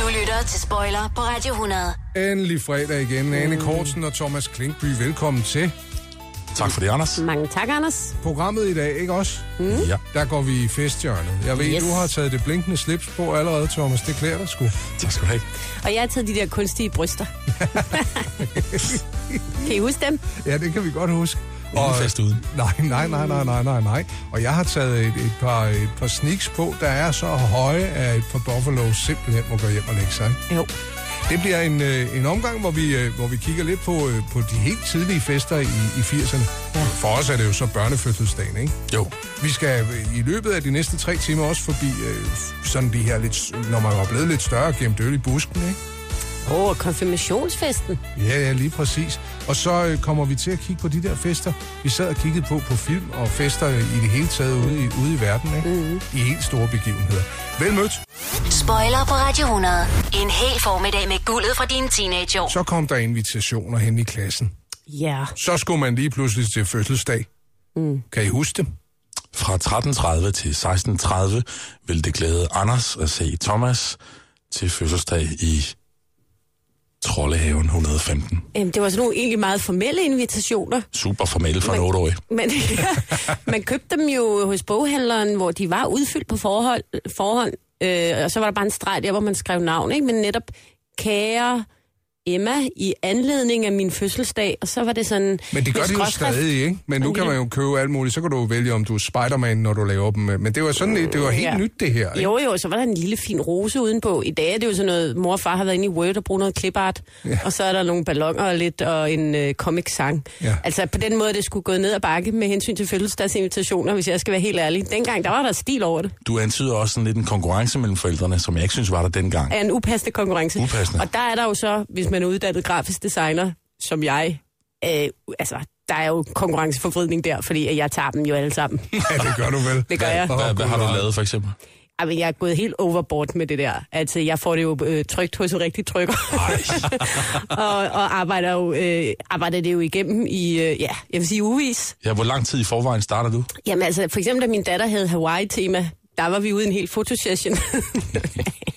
Du lytter til Spoiler på Radio 100. Endelig fredag igen. Anne Kortsen og Thomas Klinkby, velkommen til Tak for det, Anders. Mange tak, Anders. programmet i dag, ikke også? Mm. Ja. Der går vi i festhjørnet. Jeg ved, yes. Yes. du har taget det blinkende slips på allerede, Thomas. Det klæder dig sgu. Tak skal du have. Og jeg har taget de der kunstige bryster. kan I huske dem? Ja, det kan vi godt huske. Ingen fest uden. Nej, nej, nej, nej, nej, nej, nej. Og jeg har taget et, et, par, et par sneaks på, der er så høje, at et par buffaloes simpelthen må gå hjem og lægge sig. Jo. Det bliver en, øh, en omgang, hvor vi, øh, hvor vi kigger lidt på, øh, på de helt tidlige fester i, i 80'erne. Ja. For os er det jo så børnefødselsdagen, ikke? Jo. Vi skal øh, i løbet af de næste tre timer også forbi øh, sådan de her lidt, når man var blevet lidt større, gemt øl i busken, ikke? Åh, oh, konfirmationsfesten. Ja, ja, lige præcis. Og så øh, kommer vi til at kigge på de der fester, vi sad og kiggede på på film og fester i det hele taget ude i, ude i verden, ikke? Mm-hmm. I helt store begivenheder. Vel mødt. Spoiler på Radio 100. En hel formiddag med guldet fra dine teenageår. Så kom der invitationer hen i klassen. Ja. Så skulle man lige pludselig til fødselsdag. Mm. Kan I huske det? Fra 13.30 til 16.30 vil det glæde Anders at se Thomas til fødselsdag i Trollehaven 115. Jamen, Øhm, det var sådan nogle egentlig meget formelle invitationer. Super formel for en 8-årig. Men man købte dem jo hos boghandleren, hvor de var udfyldt på forhold, forhånd. Øh, og så var der bare en streg der, hvor man skrev navn, ikke? Men netop, kære Emma, i anledning af min fødselsdag, og så var det sådan... Men det gør med det jo skråstreg. stadig, ikke? Men nu kan man jo købe alt muligt, så kan du jo vælge, om du er Spider-Man, når du laver dem. Men det var sådan lidt, det var helt ja. Ja. nyt det her, ikke? Jo, jo, så var der en lille fin rose udenpå. I dag er det jo sådan noget, mor og far har været inde i Word og brugt noget klipart, ja. og så er der nogle ballonger og lidt, og en øh, comic-sang. Ja. Ja. Altså på den måde, det skulle gå ned ad bakke med hensyn til fødselsdagsinvitationer, hvis jeg skal være helt ærlig. Dengang, der var der stil over det. Du antyder også sådan lidt en konkurrence mellem forældrene, som jeg ikke synes var der dengang. Af en upassende konkurrence. Upassende. Og der er der jo så, hvis man er uddannet grafisk designer, som jeg, øh, altså, der er jo konkurrenceforvridning der, fordi at jeg tager dem jo alle sammen. Ja, det gør du vel. Det gør jeg. Åh, Hvad, hvad har gud, du lavet for eksempel? Ej, men jeg er gået helt overboard med det der. Altså, jeg får det jo øh, trygt hos en rigtig trykker. og, og arbejder, jo, øh, arbejder det jo igennem i, øh, ja, jeg vil sige uvis. Ja, hvor lang tid i forvejen starter du? Jamen altså, for eksempel da min datter havde Hawaii-tema, der var vi ude i en hel fotosession.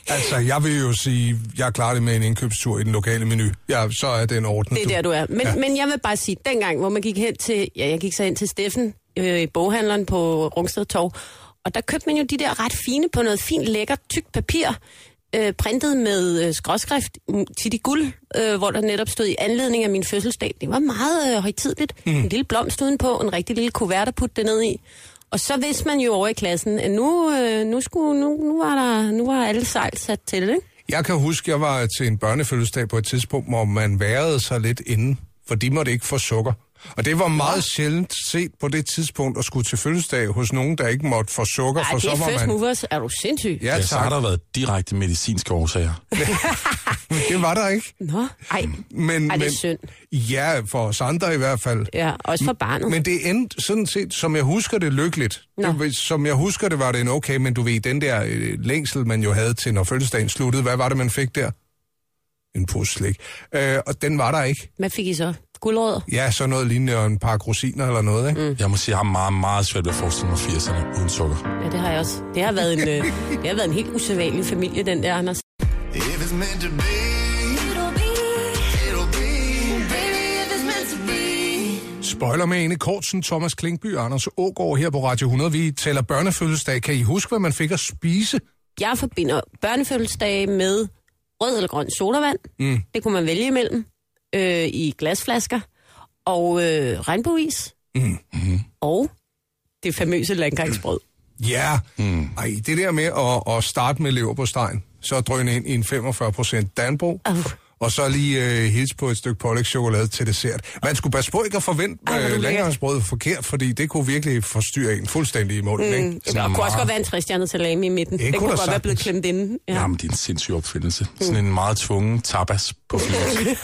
Altså, jeg vil jo sige, jeg klarer det med en indkøbstur i den lokale menu. Ja, så er den ordnet. det er der, du er. Men, ja. men jeg vil bare sige, dengang, hvor man gik hen til, ja, jeg gik så hen til Steffen, øh, boghandleren på Rungsted Torv, og der købte man jo de der ret fine på noget fint, lækkert, tykt papir, øh, printet med øh, skråskrift mm, til de guld, øh, hvor der netop stod i anledning af min fødselsdag. Det var meget øh, højtidligt. Mm. En lille blomst udenpå, en rigtig lille kuvert at putte det ned i. Og så vidste man jo over i klassen, at nu, øh, nu, skulle, nu, nu, var, der, nu var alle sejl sat til, ikke? Jeg kan huske, jeg var til en børnefødselsdag på et tidspunkt, hvor man værede sig lidt inden, for de måtte ikke få sukker. Og det var meget sjældent set på det tidspunkt at skulle til fødselsdag hos nogen, der ikke måtte få sukker, Ej, for det så er var first man... movers. Er du sindssyg? Ja, Ja, så har tak. der været direkte medicinske årsager. Det var der ikke. Nå, ej. Men, Ej, det er men, synd. Ja, for os andre i hvert fald. Ja, også for barnet. Men det endte sådan set, som jeg husker det, lykkeligt. Nå. Det, var- som jeg husker det, var det en okay, men du ved, den der øh, længsel, man jo havde til, når fødselsdagen sluttede, hvad var det, man fik der? En pose slik. Øh, og den var der ikke. Hvad fik I så? Guldrødder? Ja, så noget lignende og en par rosiner eller noget, ikke? Mm. Jeg må sige, jeg har meget, meget svært ved at forestille mig 80'erne uden sukker. Ja, det har jeg også. Det har været en, øh, det har været en helt usædvanlig familie, den der, Anders. If it's meant to be, it'll be. Spoiler med Ane Kortsen, Thomas Klinkby og Anders Ågaard her på Radio 100. Vi taler børnefødselsdag. Kan I huske, hvad man fik at spise? Jeg forbinder børnefødselsdage med rød eller grøn sodavand. Mm. Det kunne man vælge imellem øh, i glasflasker. Og øh, regnbueis. Mm. Mm-hmm. Og det famøse landgangsbrød. Ja, mm. Ej, det der med at, at starte med lever på stegen, så drøne ind i en 45 procent Danbro, Au. og så lige øh, hilse på et stykke pålægschokolade til dessert. Man skulle passe på ikke at forvente Ej, hvor er øh, det lækkert. langgangsbrødet forkert, fordi det kunne virkelig forstyrre en fuldstændig i målet, mm. ikke? Og kunne også godt være en træstjernet salami i midten. Den kunne kunne der godt være blevet sagtens. klemt inden. Ja. Ja. Jamen, det er en sindssyg opfindelse. Sådan en meget tvungen tapas på flyet. hvor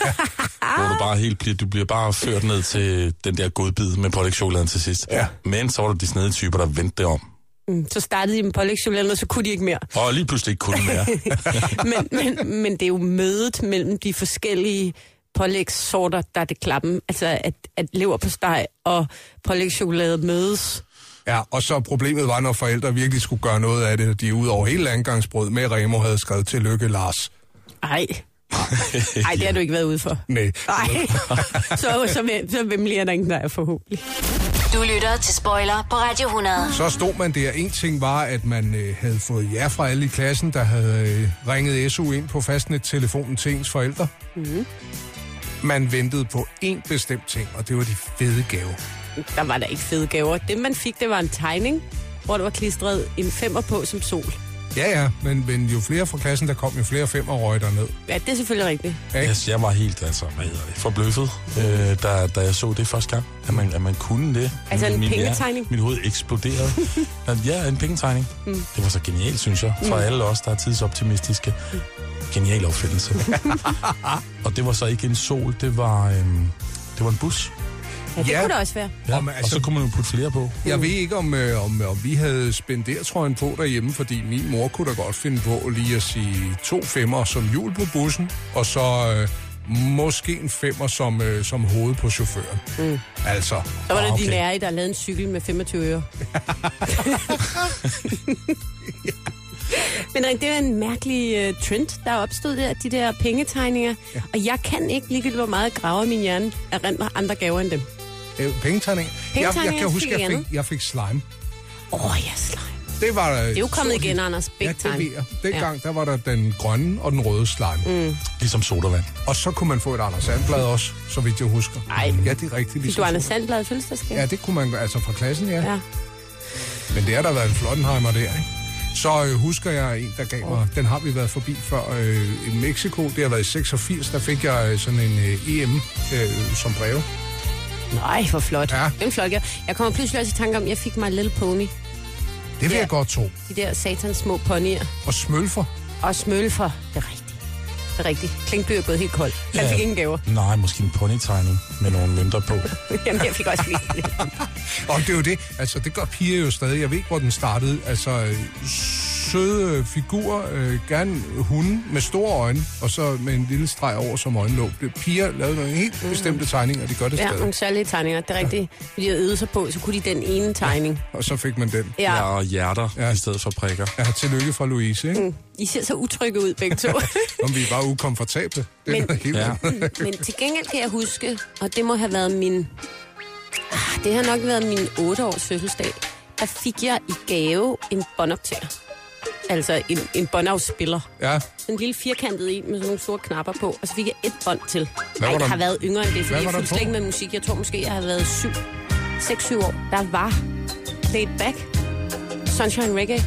du bare helt bliver, du bliver bare ført ned til den der godbid med pålægtschokoladen til sidst. Ja. Men så var der de snede typer, der vendte det om. Mm, Så startede de med pålægschokolade, og så kunne de ikke mere. Og lige pludselig ikke kunne mere. men, men, men det er jo mødet mellem de forskellige pålægssorter, der er det klappen. Altså, at, at lever på steg og pålægschokolade mødes. Ja, og så problemet var, når forældre virkelig skulle gøre noget af det, de ud over hele landgangsbrød med Remo havde skrevet til Lykke Lars. Ej. Ej, det har du ikke været ude for. Nej. Nej. så, så, hvem- så vemmelig er der ingen, der er forhåbentlig. Du lytter til Spoiler på Radio 100. Så stod man der. En ting var, at man øh, havde fået ja fra alle i klassen, der havde øh, ringet SU ind på fastnet-telefonen til ens forældre. Mm. Man ventede på én bestemt ting, og det var de fede gaver. Der var der ikke fede gaver. Det, man fik, det var en tegning, hvor der var klistret en femmer på som sol. Ja, ja, men, men jo flere fra klassen, der kom, jo flere femmer røg derned. Ja, det er selvfølgelig rigtigt. Yes, jeg var helt altså, hvad hedder det, forbløffet, øh, da, da jeg så det første gang, at man, at man kunne det. Altså en Min- min- ja, pengetegning? Mit hoved eksploderede. Men ja, en pengetegning. Mm. Det var så genialt, synes jeg, for mm. alle os, der er tidsoptimistiske. Mm. Genial opfindelse. og det var så ikke en sol, det var, øhm, det var en bus. Ja, det Ja. ja. kunne det også være. Ja, Om, og, altså- altså, og så kunne man jo putte flere på. Jeg ved ikke, om, øh, om, om vi havde spendertrøjen på derhjemme, fordi min mor kunne da godt finde på lige at sige to femmer som hjul på bussen, og så øh, måske en femmer som, øh, som hoved på chaufføren. Mm. Altså, Så var det okay. Ah, okay. din lærer, der lavede en cykel med 25 øre. Men Rik, det er en mærkelig uh, trend, der er opstået der, de der pengetegninger. Ja. Og jeg kan ikke, ligegyldigt hvor meget jeg graver i min hjerne, erindre andre gaver end dem. øh, pengetegning. Jeg, jeg Pengetegning er kan huske, helt jeg andet. fik, jeg fik slime. Åh, oh, jeg slime. Det var øh, Det er jo kommet igen, Anders. Big Ja, time. det ved jeg. Dengang, der var der den grønne og den røde slime. Mm. Ligesom sodavand. Og så kunne man få et Anders Sandblad også, så vidt jeg husker. Ej. Ja, det er rigtigt. Fik ligesom du Anders Sandblad fødselsdagsgave? Ja, det kunne man altså fra klassen, ja. ja. Men det har der været en flottenheimer der, ikke? Så øh, husker jeg en, der gav mig, den har vi været forbi før, øh, i Mexico, det har været i 86, der fik jeg øh, sådan en øh, EM øh, som breve. Nej, hvor flot. Ja. Ja. Det er en flot gave. Jeg kommer pludselig også i tanke om, at jeg fik mig en lille pony. Det vil Ja. jeg godt tro. De der satans små ponyer. Og smølfer. Og smølfer. Det er rigtigt. Det er rigtigt. Klinkby er gået helt kold. Han Ja. fik ingen gaver. Nej, måske en ponytegning med nogle mønter på. Jamen, jeg fik også lige Og det er jo det, altså det gør piger jo stadig. Jeg ved ikke, hvor den startede. Altså øh, søde figurer, øh, gerne hunde med store øjne, og så med en lille streg over som øjenlåg. Det- Piger lavede nogle helt bestemte tegninger, og de gør det Ja, stadig. nogle særlige tegninger. Det er rigtigt. Fordi jeg øvede sig på, så kunne de den ene tegning. Og så fik man den. Ja. Ja, og hjerter ja. i stedet for prikker. Ja, tillykke fra Louise, ikke? I ser så utrygge ud, begge to. Om vi er bare ukomfortable. Det er Men- noget helt Ja. andet. Men til gengæld kan jeg huske, og det må have været min... Ah, Det har nok været min 8-års fødselsdag. Der fik jeg i gave en båndoptager. Altså en, en båndafspiller. Ja, Sådan en lille firkantet en med sådan nogle store knapper på, og så fik jeg et bånd til. Hvad Ej, var jeg der- har været yngre end det, Hvad fordi var jeg der fulgte slet på? ikke med musik. Jeg tror måske, jeg har været syv, 6-7 år. Der var Laid Back, Sunshine Reggae.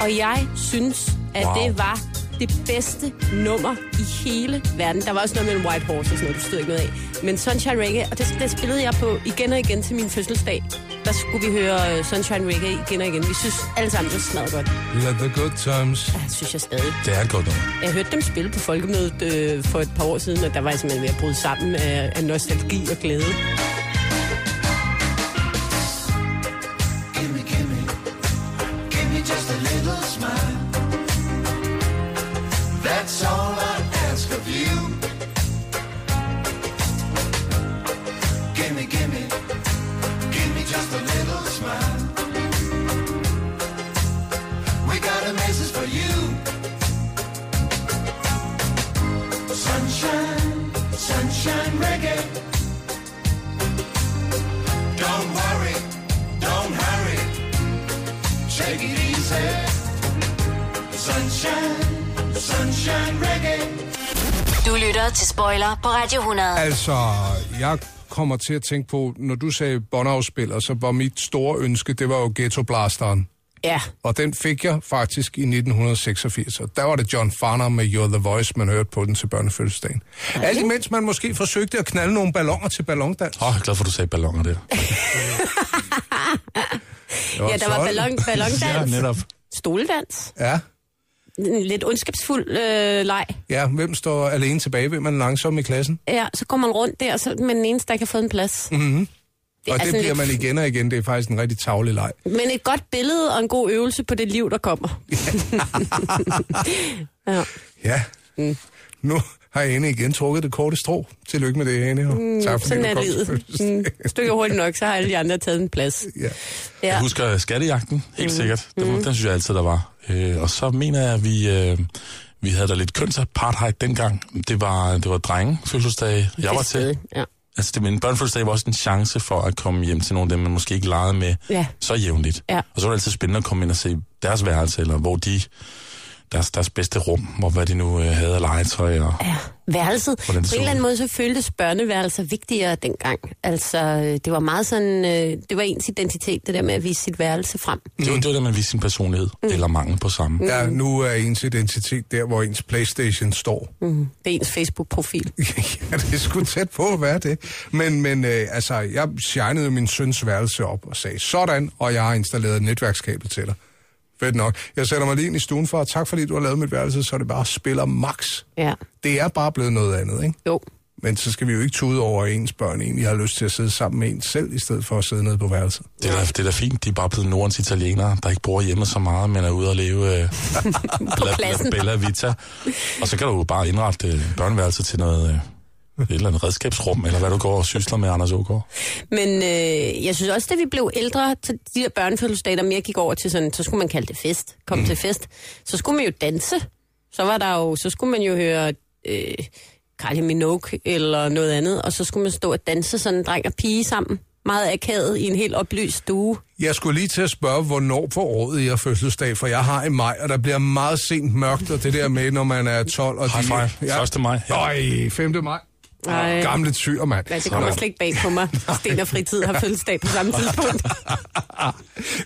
Og jeg synes, at Wow. wow. det var det bedste nummer i hele verden. Der var også noget med en White Horse og sådan noget, du stod ikke noget af. Men Sunshine Reggae, og det, det spillede jeg på igen og igen til min fødselsdag. Der skulle vi høre øh, Sunshine Reggae igen og igen. Vi synes alle sammen, det smadrede godt. Let the good times. Ja, synes jeg stadig. Det er godt noget. Jeg hørte dem spille på Folkemødet øh, for et par år siden, og der var jeg simpelthen ved at bryde sammen af, af nostalgi og glæde. Gimme, gimme, gimme just a little smile. That's all I ask of you. Gimme, gimme, gimme just a little smile. We got a message for you. Sunshine, sunshine reggae. Don't worry, don't hurry. Take it easy. Sunshine, sunshine reggae. Du lytter til Spoiler på Radio 100. Altså, jeg kommer til at tænke på, når du sagde båndafspiller, så var mit store ønske, det var jo Ghetto Blasteren. Ja, Og den fik jeg faktisk i 1986, og der var det John Farnham med You're the Voice, man hørte på den til børnefødselsdagen. Alt imens man måske forsøgte at knalde nogle ballonger til ballondans. Åh, oh, jeg er glad for, at du sagde ballonger der. ja der var ballon, Ja, ballondans, netop. stoledans, Ja, en lidt ondskabsfuld øh, leg. ja, hvem står alene tilbage? Hvem er den langsomme i klassen? Ja, så går man rundt der, og så er man den eneste, der ikke har fået en plads. Mhm. Mm. Det Og er det sådan bliver man lidt- igen og igen. Det er faktisk en rigtig tavlig leg. Men et godt billede og en god øvelse på det liv, der kommer. ja. Ja. Mm. Nu har Ane igen trukket det korte strå. Tillykke med det, Ane. Mm, tak fordi Sådan du er kom til livet. fødselsdagen. Mm. Stykker hurtigt nok, så har alle de andre taget en plads. Ja. Ja. Mm-hmm. Jeg husker skattejagten, helt sikkert. Den, den synes jeg altid, der var. Øh, og så mener jeg, at vi, øh, Vi havde da lidt kønsapartheid dengang. Det var, det var drenge fødselsdage, jeg var til. Stadig, Ja. Altså, det, men børnefødselsdag var også en chance for at komme hjem til nogle af dem, man måske ikke legede med Ja. så jævnligt. Ja. Og så var det altid spændende at komme ind og se deres værelse, eller hvor de, deres, deres bedste rum, og hvad de nu øh, havde af legetøj. Og, Ja, værelset. På Hvordan en så eller anden det? måde så føltes børneværelser vigtigere dengang. Altså, øh, det var meget sådan, øh, det var ens identitet, det der med at vise sit værelse frem. det, var, det var det, man viste sin personlighed, mm. eller mangel på samme. Ja, nu er ens identitet der, hvor ens Playstation står. Mm. Det er ens Facebook-profil. ja, det skulle tæt på at være det. Men, men øh, altså, jeg shinede min søns værelse op og sagde, sådan, og jeg har installeret netværkskabel til dig. Fedt nok. Jeg sætter mig lige ind i stuen for, tak fordi du har lavet mit værelse, så det bare spiller max. Ja, Det er bare blevet noget andet, ikke? jo. Men så skal vi jo ikke tude over, at ens børn egentlig har lyst til at sidde sammen med en selv, i stedet for at sidde nede på værelset. Det er, da, det er da fint, de er bare blevet nordens italienere, der ikke bor hjemme så meget, men er ude og leve øh, På la, la pladsen. Bella Vita. Og så kan du jo bare indrette øh, børneværelset til noget, øh, et eller andet redskabsrum, eller hvad du går og sysler med, Anders Ågaard. Men øh, jeg synes også, da vi blev ældre, så de der børnefødselsdage, der mere gik over til sådan, så skulle man kalde det fest, kom mm. til fest. Så skulle man jo danse. Så var der jo, så skulle man jo høre øh, Kylie Minogue eller noget andet, og så skulle man stå og danse sådan dreng og pige sammen. Meget akavet i en helt oplyst stue. Jeg skulle lige til at spørge, hvornår på året I har fødselsdag, for jeg har i maj, og der bliver meget sent mørkt, og det der med, når man er 12 og High five. 1. maj. Ja. Øj, 5. maj. Ej. Gamle tyr, mand. Ja, det kommer slet ikke bag på mig. Sten og fritid har fødselsdag på samme tidspunkt.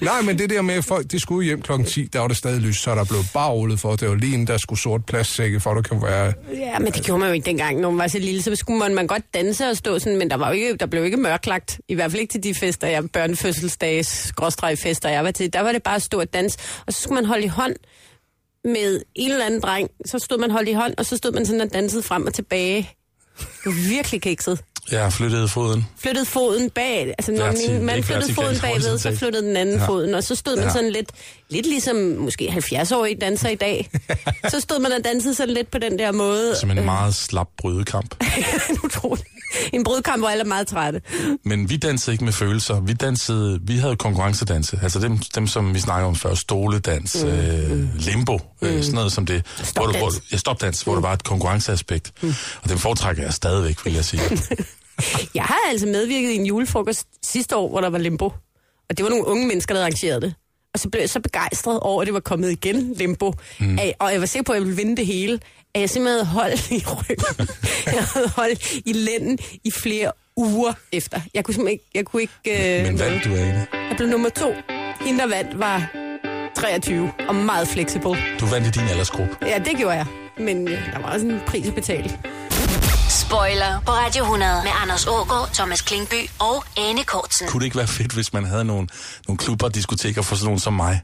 Nej, men det der med, at folk de skulle hjem kl. 10, der var det stadig lys, så der blev bare rullet for, at det var lige en, der skulle sort plastsække, for at der kan være... Ja, men det gjorde man jo ikke dengang, når man var så lille. Så skulle man, man godt danse og stå sådan, men der, var jo ikke, der blev jo ikke mørklagt. I hvert fald ikke til de fester, jeg, børnefødselsdages, skråstregfester, jeg var til. Der var det bare at stå og danse, og så skulle man holde i hånd med en eller anden dreng. Så stod man holdt i hånd, og så stod man sådan og dansede frem og tilbage. Det var virkelig kikset. Jeg har flyttet foden. Flyttede foden bag, altså når Vertikalt, min mand ikke flyttede vertikalt, foden bagved, så horisontalt. flyttede den anden ja. foden, og så stod man Ja. sådan lidt, lidt ligesom måske 70-årige danser i dag. så stod man og dansede sådan lidt på den der måde. Som en meget slap brydekamp. en utrolig... En brudkamp, hvor alle er meget trætte. Men vi dansede ikke med følelser. Vi dansede, vi havde konkurrencedanse. Altså dem, dem som vi snakker om før. Stoledans, mm. øh, limbo, øh, sådan noget som det. Hvor du, hvor, du- ja, stopdans, hvor der var et konkurrenceaspekt. Mm. Og den foretrækker jeg stadigvæk, vil jeg sige. Jeg har altså medvirket i en julefrokost sidste år, hvor der var limbo. Og det var nogle unge mennesker, der arrangerede det. Og så blev jeg så begejstret over, at det var kommet igen, limbo. Mm. Og jeg var sikker på, at jeg ville vinde det hele. At jeg simpelthen havde holdt i ryggen. jeg havde holdt i lænden i flere uger efter. Jeg kunne simpelthen ikke... Jeg, kunne ikke, øh, Men vandt du, Ane? jeg blev nummer to. Hende, der vandt, var 23 og meget fleksibel. Du vandt i din aldersgruppe. Ja, det gjorde jeg. Men øh, der var også en pris at betale. Spoiler på Radio 100 med Anders Ågaard, Thomas Klingby og Anne Kortsen. Kunne det ikke være fedt, hvis man havde nogle, nogle klubber og diskoteker for sådan nogen som mig?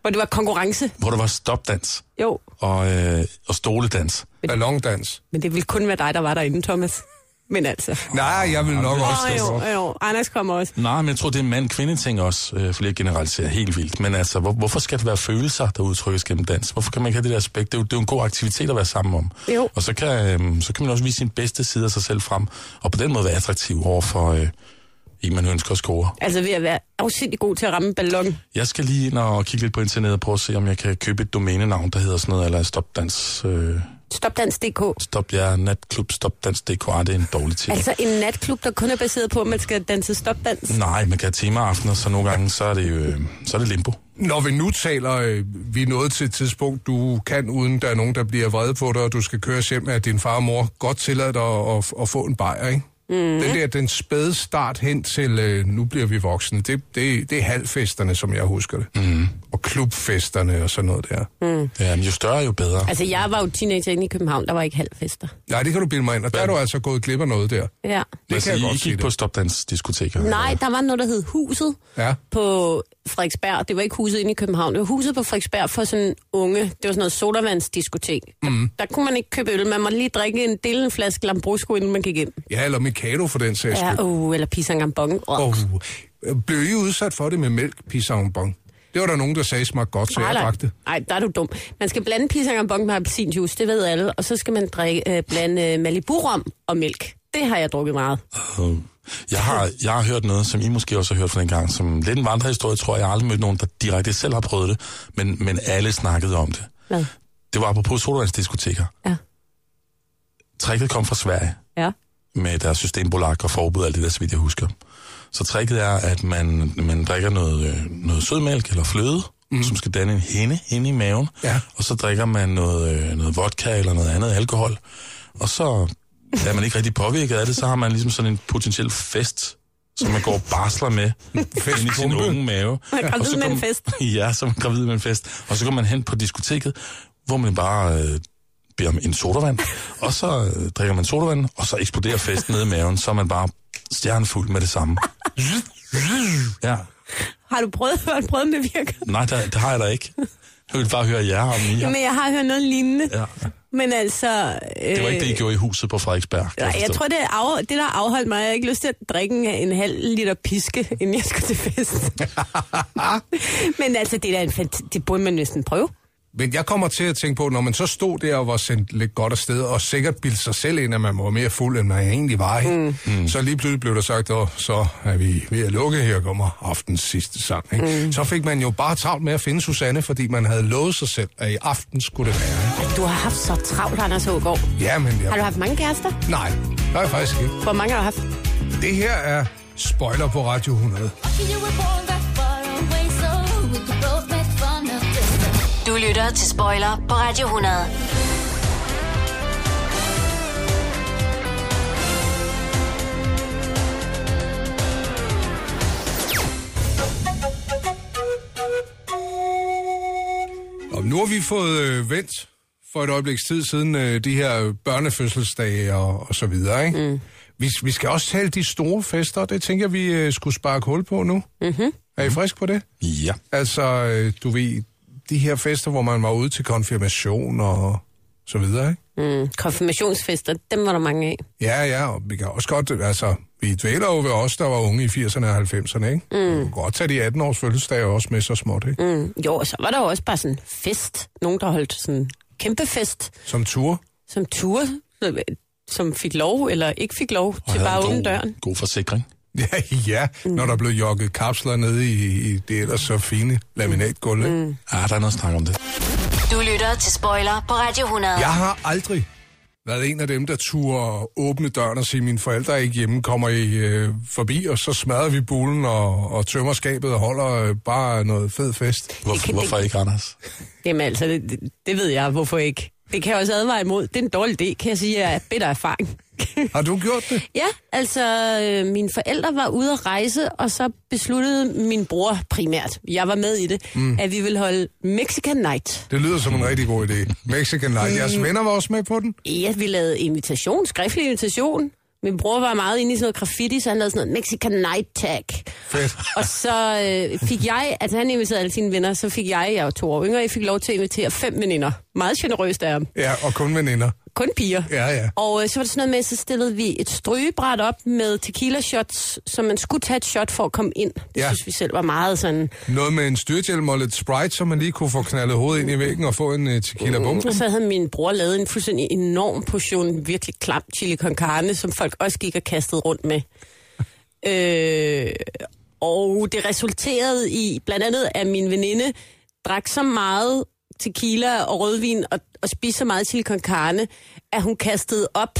Hvor det var konkurrence. Hvor der var stopdans Jo, og, øh, og stoledans. Ballondans. men det ville kun være dig, der var derinde, Thomas. Men altså. Nej, jeg vil nok også... Åh, jo, jo. Anders kommer også. Nej, men jeg tror, det er en mand-kvinde-ting også, øh, fordi jeg generaliserer helt vildt. Men altså, hvor, hvorfor skal det være følelser, der udtrykkes gennem dans? Hvorfor kan man ikke have det der aspekt? Det er jo, det er jo en god aktivitet at være sammen om. Jo. Og så kan, øh, så kan man også vise sin bedste side af sig selv frem, og på den måde være attraktiv over for øh, en, man ønsker at score. Altså ved at være afsindig god til at ramme en ballon. Jeg skal lige ind og kigge lidt på internettet og prøve at se, om jeg kan købe et domænenavn, der hedder sådan noget, eller stopdans... Øh, Stopdans.dk. stop, ja, natklub, stopdans.dk. Ej, Ah, det er en dårlig ting. Altså en natklub, der kun er baseret på, at man skal danse stopdans. Nej, man kan have temaaftener, så nogle gange, så er det, øh, så er det limbo. Når vi nu taler, øh, vi er nået til et tidspunkt, du kan, uden der er nogen, der bliver vrede på dig, og du skal køres hjem af din far og mor, godt tillade dig at, at, at få en bajer, ikke? Mhm. Mm. Den der, den spæde start hen til, øh, nu bliver vi voksne, det, det, det er halvfesterne, som jeg husker det. Mm. Og klubfesterne og sådan noget der. Mm. Ja, men jo større, jo bedre. Altså jeg var jo teenager inde i København, der var ikke halvfester. Nej, det kan du bilde mig ind, og der er du altså gået glip af noget der. Ja. Det kan jeg godt Altså, I sige gik det. på stopdansdiskoteker? Nej, der var noget, der hed Huset Ja. på Frederiksberg. Det var ikke huset inde i København. Det var huset på Frederiksberg for sådan unge. Det var sådan noget sodavandsdiskotek. Mm. Der, der kunne man ikke købe øl. Man måtte lige drikke en del en flaske Lambrusco, inden man gik ind. Ja, eller Mikado for den sags skyld. Ja, uh, eller pisangambong. Oh. Og blev I udsat for det med mælk, pisavnbong? Det var der nogen, der sagde smagte godt, så jeg drak det. Nej, der er du dum. Man skal blande pisangambong med appelsinjuice, det ved alle. Og så skal man drikke, øh, blande øh, Malibu-rom og mælk. Det har jeg drukket meget. Øh, Jeg har, jeg har hørt noget, som I måske også har hørt fra den gang, som lidt en vandrehistorie, tror jeg. Jeg har aldrig mødt nogen, der direkte selv har prøvet det, men, men alle snakkede om det. Hvad? Det var apropos sodavandsdiskoteker. Ja. Tricket kom fra Sverige Ja. med deres systembolag og forbud og alt det der, så vidt jeg husker. Så tricket er, at man, man drikker noget, øh, noget sødmælk eller fløde, mm. som skal danne en hinde inde i maven. Ja. Og så drikker man noget, øh, noget vodka eller noget andet alkohol. Og så er man ikke rigtig påvirket af det, så har man ligesom sådan en potentiel fest, som man går og barsler med inde i sin Festbombe. unge mave. Man er gravid Og så med en fest. Ja, som gravid med en fest. Og så går man hen på diskoteket, hvor man bare øh, beder om en sodavand, og så øh, drikker man sodavand, og så eksploderer festen ned i maven, så er man bare stjernefuld med det samme. Ja. Har du prøvet, har du prøvet med virker? Nej, der, det har jeg da ikke. Jeg vil bare høre jer om I. Ja. Ja. Men jeg har hørt noget lignende. Ja. Ja. Men altså... Øh, Det var ikke det, I gjorde i huset på Frederiksberg. kan Nej, jeg forstå. tror, det, er af, det, der har afholdt mig, jeg har ikke lyst til at drikke en, en halv liter piske, inden jeg skal til fest. Men altså, det, er da en fant- det burde man næsten prøve. Men jeg kommer til at tænke på, når man så stod der og var sendt lidt godt afsted, og sikkert bildte sig selv ind, at man var mere fuld, end man egentlig var, ikke? Mm. så lige pludselig blev der sagt, at så er vi ved at lukke, her kommer aftens sidste sang. Ikke? Mm. Så fik man jo bare travlt med at finde Susanne, fordi man havde lovet sig selv, at i aften skulle det være. ikke? Ej, du har haft så travlt, Anders Hågaard. Ja, men jeg... Har du haft mange kærester? Nej, det har jeg faktisk ikke. Hvor mange har du haft? Det her er Spoiler på Radio 100. Du lytter til Spoiler på Radio 100. Og nu har vi fået øh, vendt for et øjebliks tid siden øh, de her børnefødselsdage og, og så videre, ikke? Mm. Vi, vi skal også tale de store fester, det tænker jeg, vi øh, skulle sparke hul på nu. Mm-hmm. Er I frisk på det? Ja. Altså, øh, du ved, de her fester, hvor man var ude til konfirmation og så videre, ikke? Mm, konfirmationsfester, dem var der mange af. Ja, ja, og vi kan også godt, altså, vi dvæler jo ved os, der var unge i 80'erne og 90'erne, ikke? Mm. Vi kan godt tage de 18-års fødselsdage også med så småt, ikke? Mm. Mm, jo, og så var der jo også bare sådan fest. Nogen, der holdt sådan kæmpe fest, Som tur. som tur, som fik lov eller ikke fik lov Og til havde bare en åbne god, døren. God forsikring. Ja, ja. Mm. når der blev jogget kapsler nede i, i det ellers så fine laminatgulv. Mm. Ah, der er noget snak om det. Du lytter til Spoiler på Radio 100. Jeg har aldrig været en af dem, der turde åbne døren og sige, mine forældre er ikke hjemme, kommer I øh, forbi, og så smadrer vi bulen og, og tømmer skabet og holder øh, bare noget fed fest. Hvorfor, kan- det- hvorfor ikke, Anders? Jamen altså, det, det, det ved jeg, hvorfor ikke. Det kan jeg også advare imod. Det er en dårlig idé, kan jeg sige, af bitter erfaring. Har du gjort det? Ja, altså øh, mine forældre var ude at rejse, og så besluttede min bror primært, jeg var med i det, mm. at vi ville holde Mexican Night. Det lyder som en rigtig god idé. Mexican Night. Jeres venner var også med på den. Ja, vi lavede invitation, skriftlig invitation. Min bror var meget inde i sådan noget graffiti, så han lavede sådan noget Mexican Night Tag. Fedt. Og så øh, fik jeg, altså han inviterede alle sine venner, så fik jeg, jeg var to år yngre, jeg fik lov til at invitere fem veninder. Meget generøst af ham. Ja, og kun veninder. Kun piger. Ja, ja. Og øh, så var det sådan noget med, så stillede vi et strygebræt op med tequila shots, så man skulle tage et shot for at komme ind. Det Ja. ja. synes vi selv var meget sådan. Noget med en styrthjelm og lidt Sprite, så man lige kunne få knaldet hovedet ind i væggen og få en øh, tequila bum. Og så havde min bror lavet en fuldstændig enorm portion virkelig klam chili con carne, som folk også gik og kastede rundt med. Øh, og det resulterede i, blandt andet, at min veninde drak så meget tequila og rødvin og, og spiste så meget chili con carne, at hun kastede op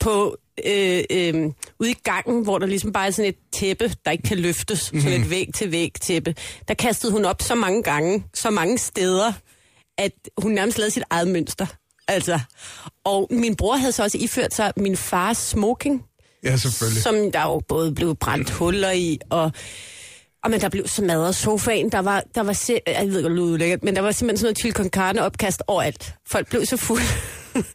på øh, øh, ude i gangen, hvor der ligesom bare er sådan et tæppe, der ikke kan løftes, sådan et væg-til-væg tæppe. Der kastede hun op så mange gange, så mange steder, at hun nærmest lavede sit eget mønster. Altså. Og min bror havde så også iført sig min fars smoking, Ja, selvfølgelig. som der jo både blev brændt huller i, og, og men der blev smadret sofaen. Der var, der var se, jeg ved ikke, det lækkert, men der var simpelthen sådan noget chili con carne opkast overalt. Folk blev så fulde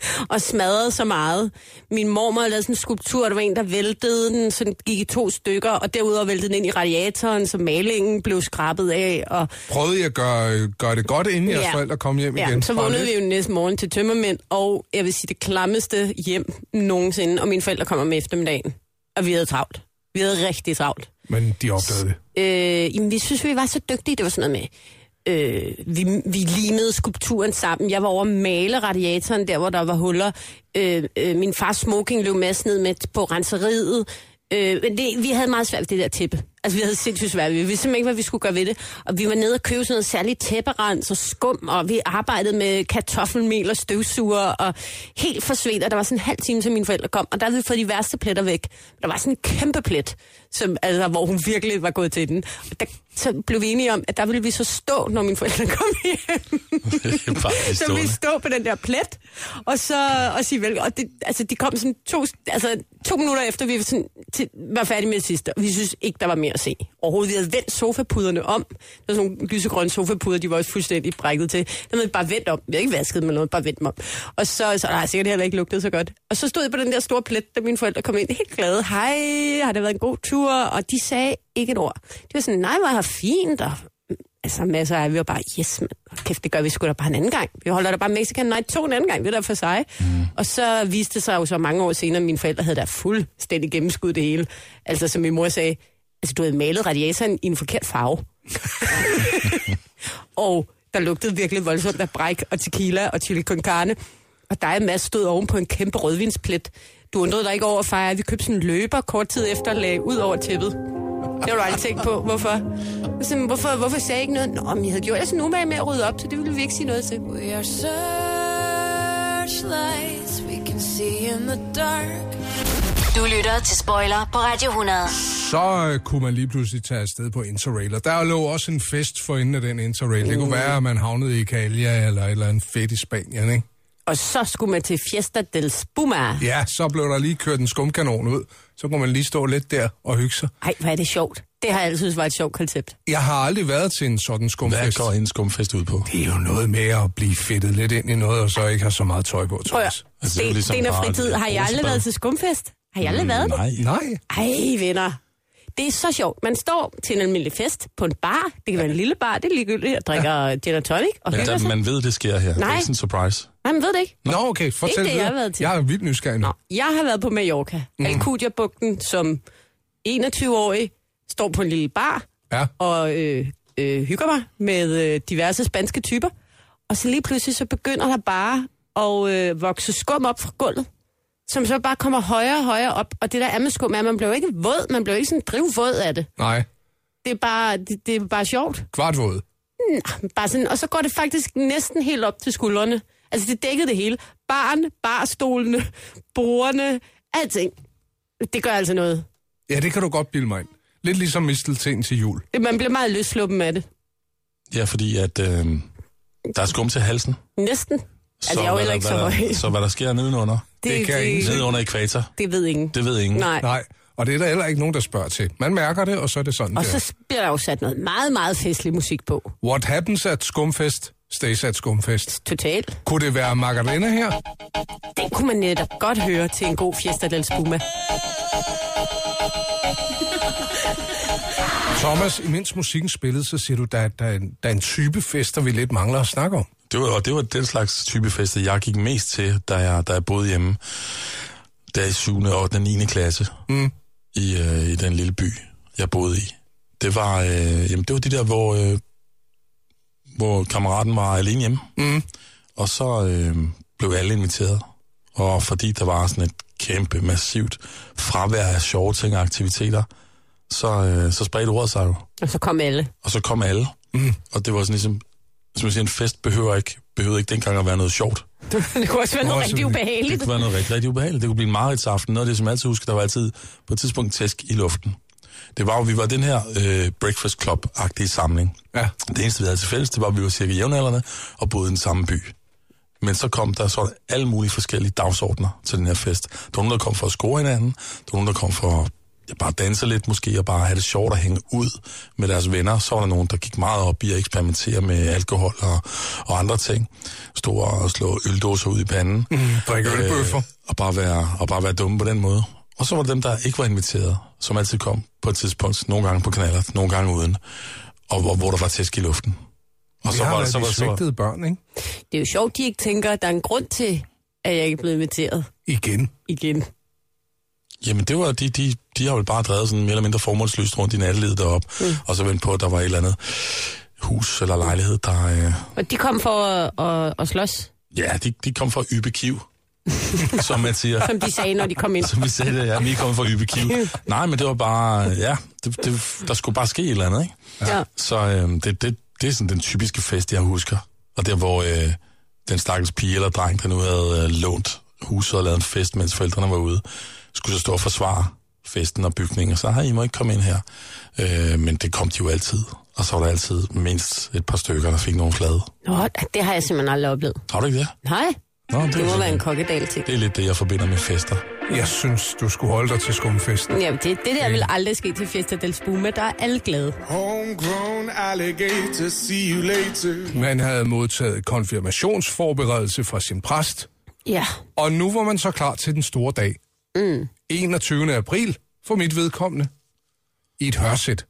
og smadrede så meget. Min mormor lavede sådan en skulptur, og der var en, der væltede den, så den gik i to stykker, og derudover væltede den ind i radiatoren, så malingen blev skrabet af, og Prøvede I at gøre, gøre det godt, inden jeres Ja. forældre kom hjem Ja, igen? så fra vågnede lidt? vi jo næste morgen til tømmermænd, og jeg vil sige, det klammeste hjem nogensinde, og mine forældre kommer med eftermiddagen. Og vi havde travlt. Vi havde rigtig travlt. Men de opdagede det. Øh, jamen, vi synes, vi var så dygtige. Det var sådan noget med, øh, vi, vi limede skulpturen sammen. Jeg var over at male radiatoren, der hvor der var huller. Øh, øh, min fars smoking løb med ned med på renseriet. Øh, men det, vi havde meget svært ved det der tippe. Altså, vi havde sindssygt svært. Vi vidste simpelthen ikke, hvad vi skulle gøre ved det. Og vi var nede og købe sådan noget særligt tæpperens og skum, og vi arbejdede med kartoffelmel og støvsuger, og helt forsvedt, og der var sådan en halv time, til mine forældre kom, og der havde vi fået de værste pletter væk. Der var sådan en kæmpe plet, som, altså, hvor hun virkelig var gået til den. Og der, så blev vi enige om, at der ville vi så stå, når mine forældre kom hjem. Bare så i ville stående. vi stå på den der plet, og så og sige vel. Og det, altså, de kom sådan to, altså, to minutter efter, vi var sådan, til, var færdige med det sidste. Og vi synes ikke, der var mere at se. Overhovedet, vi havde vendt sofapuderne om. Der var sådan nogle lysegrønne sofapuder, de var også fuldstændig brækket til. Der havde vi bare vendt om. Vi havde ikke vasket dem eller noget, bare vendt dem om. Og så, så der har sikkert heller ikke lugtet så godt. Og så stod jeg på den der store plet, da mine forældre kom ind helt glade. Hej, har det været en god tur? Og de sagde ikke et ord. De var sådan, nej, hvor har fint, og altså masser af, vi var bare, yes, man, kæft, det gør vi sgu da bare en anden gang. Vi holder da bare Mexican Night 2 en anden gang, det er da for sig. Mm. Og så viste det sig jo så mange år senere, at mine forældre havde da fuldstændig gennemskud det hele. Altså, som min mor sagde, altså, du havde malet radiatoren i en forkert farve. og der lugtede virkelig voldsomt af bræk og tequila og chili con carne. Og dig og Mads stod oven på en kæmpe rødvinsplet. Du undrede dig ikke over at fejre, at vi købte sådan en løber kort tid efter og lagde ud over tæppet. Det har du aldrig tænkt på. Hvorfor? Så, hvorfor, hvorfor sagde jeg ikke noget? Nå, men jeg havde gjort altså nu med at rydde op, så det ville vi ikke sige noget til. We are searchlights we can see in the dark. Du lytter til Spoiler på Radio 100. så øh, kunne man lige pludselig tage afsted på Interrail. Og der lå også en fest for enden af den Interrail. Det Uh. kunne være, at man havnede i Calia eller et eller andet fedt i Spanien, ikke? Og så skulle man til Fiesta del Spuma. Ja, så blev der lige kørt en skumkanon ud. Så kunne man lige stå lidt der og hygge sig. Ej, hvor er det sjovt. Det har jeg altid synes var et sjovt koncept. Jeg har aldrig været til en sådan Hvad skumfest. går en skumfest ud på? Det er jo noget med at blive fedtet lidt ind i noget, og så ikke have så meget tøj på, Prøv at Thomas. høre. Altså, det er jo Sten, ligesom Sten og bare Mm. fritid. Har jeg aldrig brusebad. været til skumfest? Har jeg aldrig været det? Nej. Nej, Ej, venner. Det er så sjovt. Man står til en almindelig fest på en bar. Det kan være en lille bar. Det er ligegyldigt. Og drikker gin og tonic og Men hygger der, sig. altså, man ved, det sker her. Det er Nej. ikke sådan en surprise. Nej, man ved det ikke. Nå, okay, fortæl Ikke det, jeg videre. har været til. Jeg er vildt nysgerrig nu. Nå, jeg har været på Mallorca. Mm. Alcudia-bugten som 21-årig står på en lille bar Ja. og øh, øh, hygger mig med øh, diverse spanske typer. Og så lige pludselig så begynder der bare at øh, vokse skum op fra gulvet, som så bare kommer højere og højere op. Og det der er med skum er, at man bliver jo ikke våd, man bliver jo ikke sådan drivvåd af det. Nej, Det er bare, det, det er bare sjovt. kvartvåd. Bare sådan, og så går det faktisk næsten helt op til skuldrene. Altså, det dækkede det hele. Barn, barstolene, bordene, alting. Det gør altså noget. Ja, det kan du godt bilde mig ind. Lidt ligesom mistelten til jul. Det- Man bliver meget løsluppen af det. Ja, fordi at øh, der er skum til halsen. Næsten. Altså, Så jeg er jo hvad heller der- ikke så hvad der- høj. Så hvad der sker nedenunder, Det kan ingen se. nedenunder ekvator, det ved ingen. det ved ingen. Nej. Nej, og det er der heller ikke nogen, der spørger til. Man mærker det, og så er det sådan Og der. så bliver der jo sat noget meget, meget festlig musik på. What happens at skumfest, stays at skumfest. Totalt. Kunne det være Margarina her? Den kunne man netop godt høre til en god Fiesta del Spuma. Thomas, imens musikken spillede, så siger du, der, der, er en- der er en type fester, vi lidt mangler at snakke om. Det var, og det var den slags type fester, jeg gik mest til, da jeg, da jeg boede hjemme. Da i 7. og 8. og 9. klasse. Mm. I, øh, I den lille by, jeg boede i. Det var, øh, jamen, det var de der, hvor, øh, hvor kammeraten var alene hjemme. Mm. Og så øh, blev alle inviteret. Og fordi der var sådan et kæmpe, massivt fravær af sjove ting og aktiviteter, så, øh, så spredte ordet sig jo Og så kom alle. og så kom alle. Mm. Og det var sådan ligesom, som jeg siger, en fest behøver ikke, behøvede ikke dengang at være noget sjovt. Det kunne også være Nå, noget rigtig så- ubehageligt. Det kunne være noget rigtig, rigtig ubehageligt. Det kunne blive en mareridtsaften. Noget af det, som jeg altid husker, der var altid på et tidspunkt tæsk i luften. Det var jo, vi var den her øh, Breakfast Club-agtige samling. Ja. Det eneste, vi havde til fælles, det var, at vi var cirka jævnaldrende og boede i den samme by. Men så kom der sådan alle mulige forskellige dagsordner til den her fest. Der var nogen, der kom for at score hinanden. Der var nogen, der kom for at ja, bare danse lidt måske, og bare have det sjovt at hænge ud med deres venner. Så var der nogen, der gik meget op i at eksperimentere med alkohol og, og andre ting. Stå og slå øldåser ud i panden. Mm, drikke ølbøffer. og, bare være, og bare være dumme på den måde. Og så var der dem, der ikke var inviteret, som altid kom på et tidspunkt. Nogle gange på kanaler, nogle gange uden. Og hvor, hvor der var tæsk i luften. Og Vi har været de svigtede børn, ikke? Det er jo sjovt, de ikke tænker, at der er en grund til, at jeg ikke er blevet inviteret Igen. igen. Jamen det var, de, de, de har jo bare drevet sådan mere eller mindre formålsløst rundt i nattelivet deroppe, mm. og så vendt på, at der var et eller andet hus eller lejlighed, der... Øh, Og de kom for at, at, at slås. ja, de, de kom fra Ybe Kiv, som man siger. som de sagde, når de kom ind. Som vi sagde, det, ja, vi er kommet fra Ybekiv. Nej, men det var bare, ja, det, det, der skulle bare ske et eller andet, ikke? Ja. Så øhm, det, det, det er sådan den typiske fest, jeg husker. Og der, hvor øh, den stakkels pige eller dreng, der nu havde øh, lånt huset og lavet en fest, mens forældrene var ude, skulle så stå og forsvare festen og bygningen, og så, hej, I må ikke komme ind her. Øh, men det kom de jo altid. Og så var der altid mindst et par stykker, der fik nogle flade. Nå, det har jeg simpelthen aldrig oplevet. Har du ikke det? Nej, Nå, det er må så- være en kokkedal ting. det er lidt det, jeg forbinder med fester. Jeg synes, du skulle holde dig til skumfesten. Jamen, det, det der vil aldrig ske til Fiesta del Spuma. Der er alle glade. Homegrown alligator, see you later. Man havde modtaget konfirmationsforberedelse fra sin præst, Ja. og nu var man så klar til den store dag. Mm. 21. april, for mit vedkommende, i et hørsæt.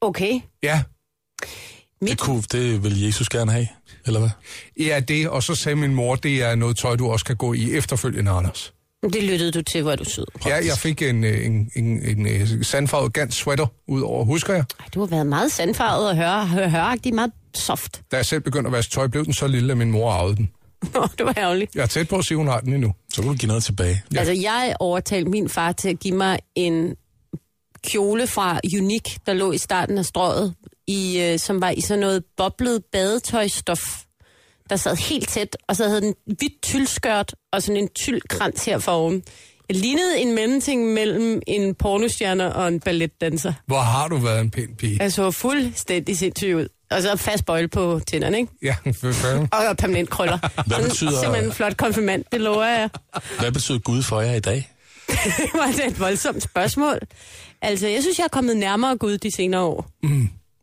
Okay. Ja, Det, kunne, det vil Jesus gerne have, eller hvad? ja det, og så sagde min mor, det er noget tøj, du også kan gå i efterfølgende, Anders. Det lyttede du til, hvor er du sød. Ja, jeg fik en, øh, en, en, en, en sandfarvet gans sweater ud over, husker jeg? Ej, du har været meget sandfarvet og høre, høre, høreagtig, meget soft. Da jeg selv begyndte at vaske tøj, blev den så lille, at min mor arvede den. Nå, det var ærgerligt. Jeg er tæt på at sige, hun har den endnu. Så kunne du give noget tilbage. Ja. Altså, jeg overtalte min far til at give mig en kjole fra Unique, der lå i starten af strøget, i, øh, som var i sådan noget boblet badetøjstof, der sad helt tæt, og så havde den hvidt tyldskørt og sådan en tyldkrans her foroven. Jeg lignede en mellemting mellem en pornostjerne og en balletdanser. Altså, Hvor har du været en pæn pige? Jeg så fuldstændig sindssyg ud. Og så fast bøjle på tænderne, ikke? Ja, for fanden. Og permanent krøller. Sådan betyder- Simpelthen en flot konfirmand, det lover jeg. Hvad betyder Gud for jer i dag? Det var da et voldsomt spørgsmål. Altså, jeg synes, jeg er kommet nærmere Gud de senere år.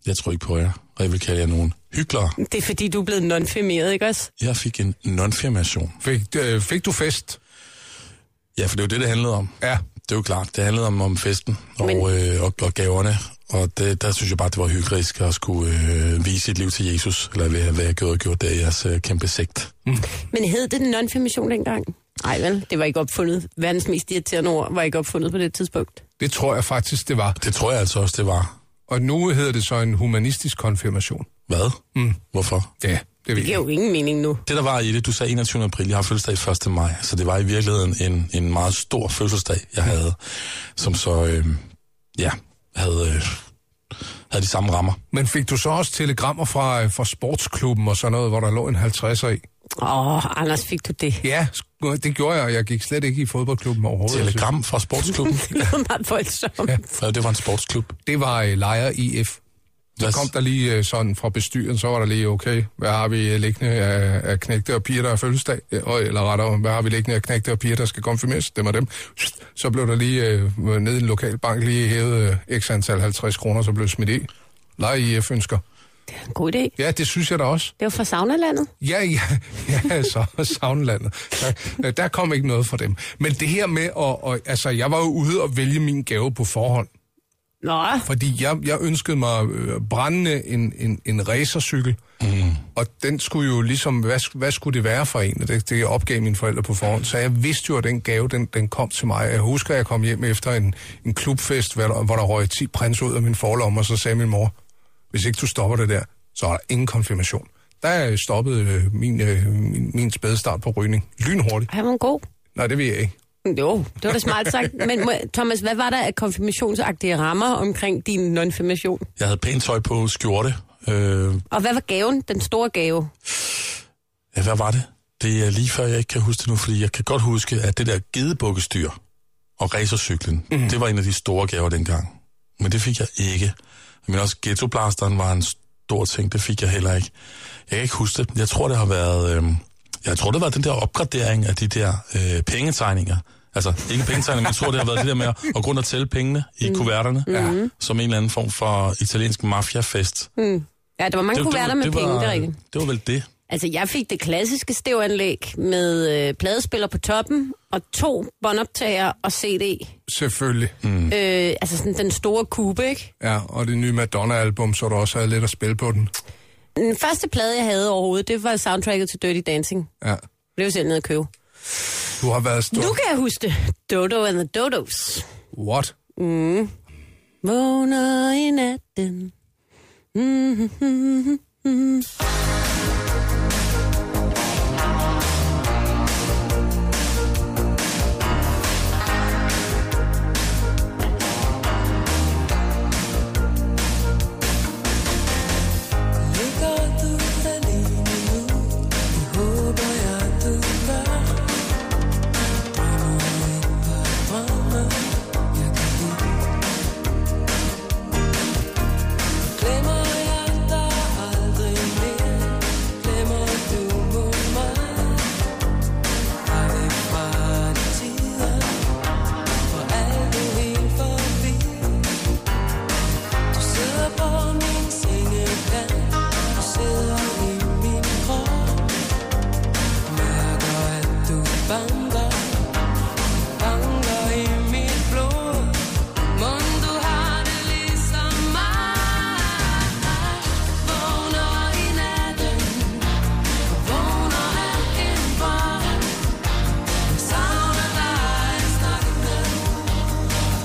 Jeg tror ikke på jer, og jeg vil kalde jer nogen hyklere. Det er fordi, du er blevet nonfirmeret, ikke også? Jeg fik en nonfirmation. Fik, øh, fik du fest? Ja, for det var det, det handlede om. Ja. Det var klart. Det handlede om, om festen og, Men- øh, og, og gaverne. Og det, der synes jeg bare, det var hyggeligt at skulle øh, vise sit liv til Jesus, eller hvad, hvad jeg gjorde, gjorde der i jeres øh, kæmpe sekt. Men hed det den nonfirmation dengang? Nej vel, det var ikke opfundet. Verdens mest irriterende ord var ikke opfundet på det tidspunkt. Det tror jeg faktisk, det var. Det tror jeg altså også, det var. Og nu hedder det så en humanistisk konfirmation. Hvad? Mm. Hvorfor? Ja, det ved Det giver jeg. jo ingen mening nu. Det, der var i det, du sagde 21. april, jeg har fødselsdag 1. maj, så det var i virkeligheden en, en meget stor fødselsdag, jeg Mm. havde, som så, øh, ja, havde, øh, havde de samme rammer. Men fik du så også telegrammer fra, øh, fra sportsklubben og sådan noget, hvor der lå en 50'er i? Åh, oh, Anders, fik du det? Ja, sk- det gjorde jeg, og jeg gik slet ikke i fodboldklubben overhovedet. Telegram fra sportsklubben. Det var meget voldsomt. Ja. Ja, det var en sportsklub. Det var øh, Lejer IF. Hvad, Så kom der lige øh, sådan fra bestyren, så var der lige, okay, hvad har vi øh, liggende af, af knægte og piger, der er fødselsdag? Øh, og- Eller rettere, hvad har vi liggende af knægte og piger, der skal konfirmeres? Dem og dem. Så blev der lige øh, nede i en lokal bank lige hævet øh, x antal 50 kroner, så blev smidt i. Lejer IF ønsker. God idé. Ja, det synes jeg da også. Det var fra saunalandet. Ja, ja, ja så savnlandet. Der, der kom ikke noget fra dem. Men det her med, at, og, altså, jeg var jo ude og vælge min gave på forhånd. Nå, Fordi jeg, jeg ønskede mig øh, brændende en, en, en racercykel. Mm. Og den skulle jo ligesom, hvad, sk- hvad skulle det være for en? Og Det, det opgav mine forældre på forhånd. Så jeg vidste jo, at den gave, den, den kom til mig. Jeg husker, at jeg kom hjem efter en, en klubfest, hvor der, hvor der røg 10 prins ud af min forlomme, og så sagde min mor, hvis ikke du stopper det der, så er der ingen konfirmation. Der øh, stoppede øh, min, øh, min, min spædestart på rygning. Lynhurtigt. han var en god. Nej, det vil jeg ikke. Jo, det var da smart sagt. Men må jeg- Thomas, hvad var der af konfirmationsagtige rammer omkring din nonfirmation? jeg havde pænt tøj på, skjorte. Øh, Og hvad var gaven, den store gave? ja, hvad var det? Det er lige før, jeg ikke kan huske det nu, fordi jeg kan godt huske, at det der gedebukkestyr og racercyklen, mm. det var en af de store gaver dengang. Men det fik jeg ikke. Men også ghettoblasteren var en stor ting, det fik jeg heller ikke. Jeg kan ikke huske det. Jeg tror, det har været... Øh, jeg tror, det var den der opgradering af de der øh, pengetegninger. Altså, ikke pengetegninger, men jeg tror, det har været det der med at at gå rundt og tælle pengene i kuverterne, mm. som en eller anden form for italiensk mafiafest. Mm. Ja, der var mange det, kuverter med penge, det er rigtigt. Det var vel det. Altså, jeg fik det klassiske stævanlæg med øh, pladespiller på toppen og to båndoptager og CD. Selvfølgelig. Mm. Mm. Øh, altså sådan den store kube, ikke? Ja, og det nye Madonna-album, så du også havde lidt at spille på den. Den første plade, jeg havde overhovedet, det var soundtracket til Dirty Dancing. Ja. Det var jeg selv nede at købe. Du har været stor. Nu kan jeg huske det. Dodo and the Dodos. What? Vågner i natten. banker, banker i mit blod. Mon du har det ligesom mig. Vågner i natten, vågner alt indfra. Savner dig, snakker med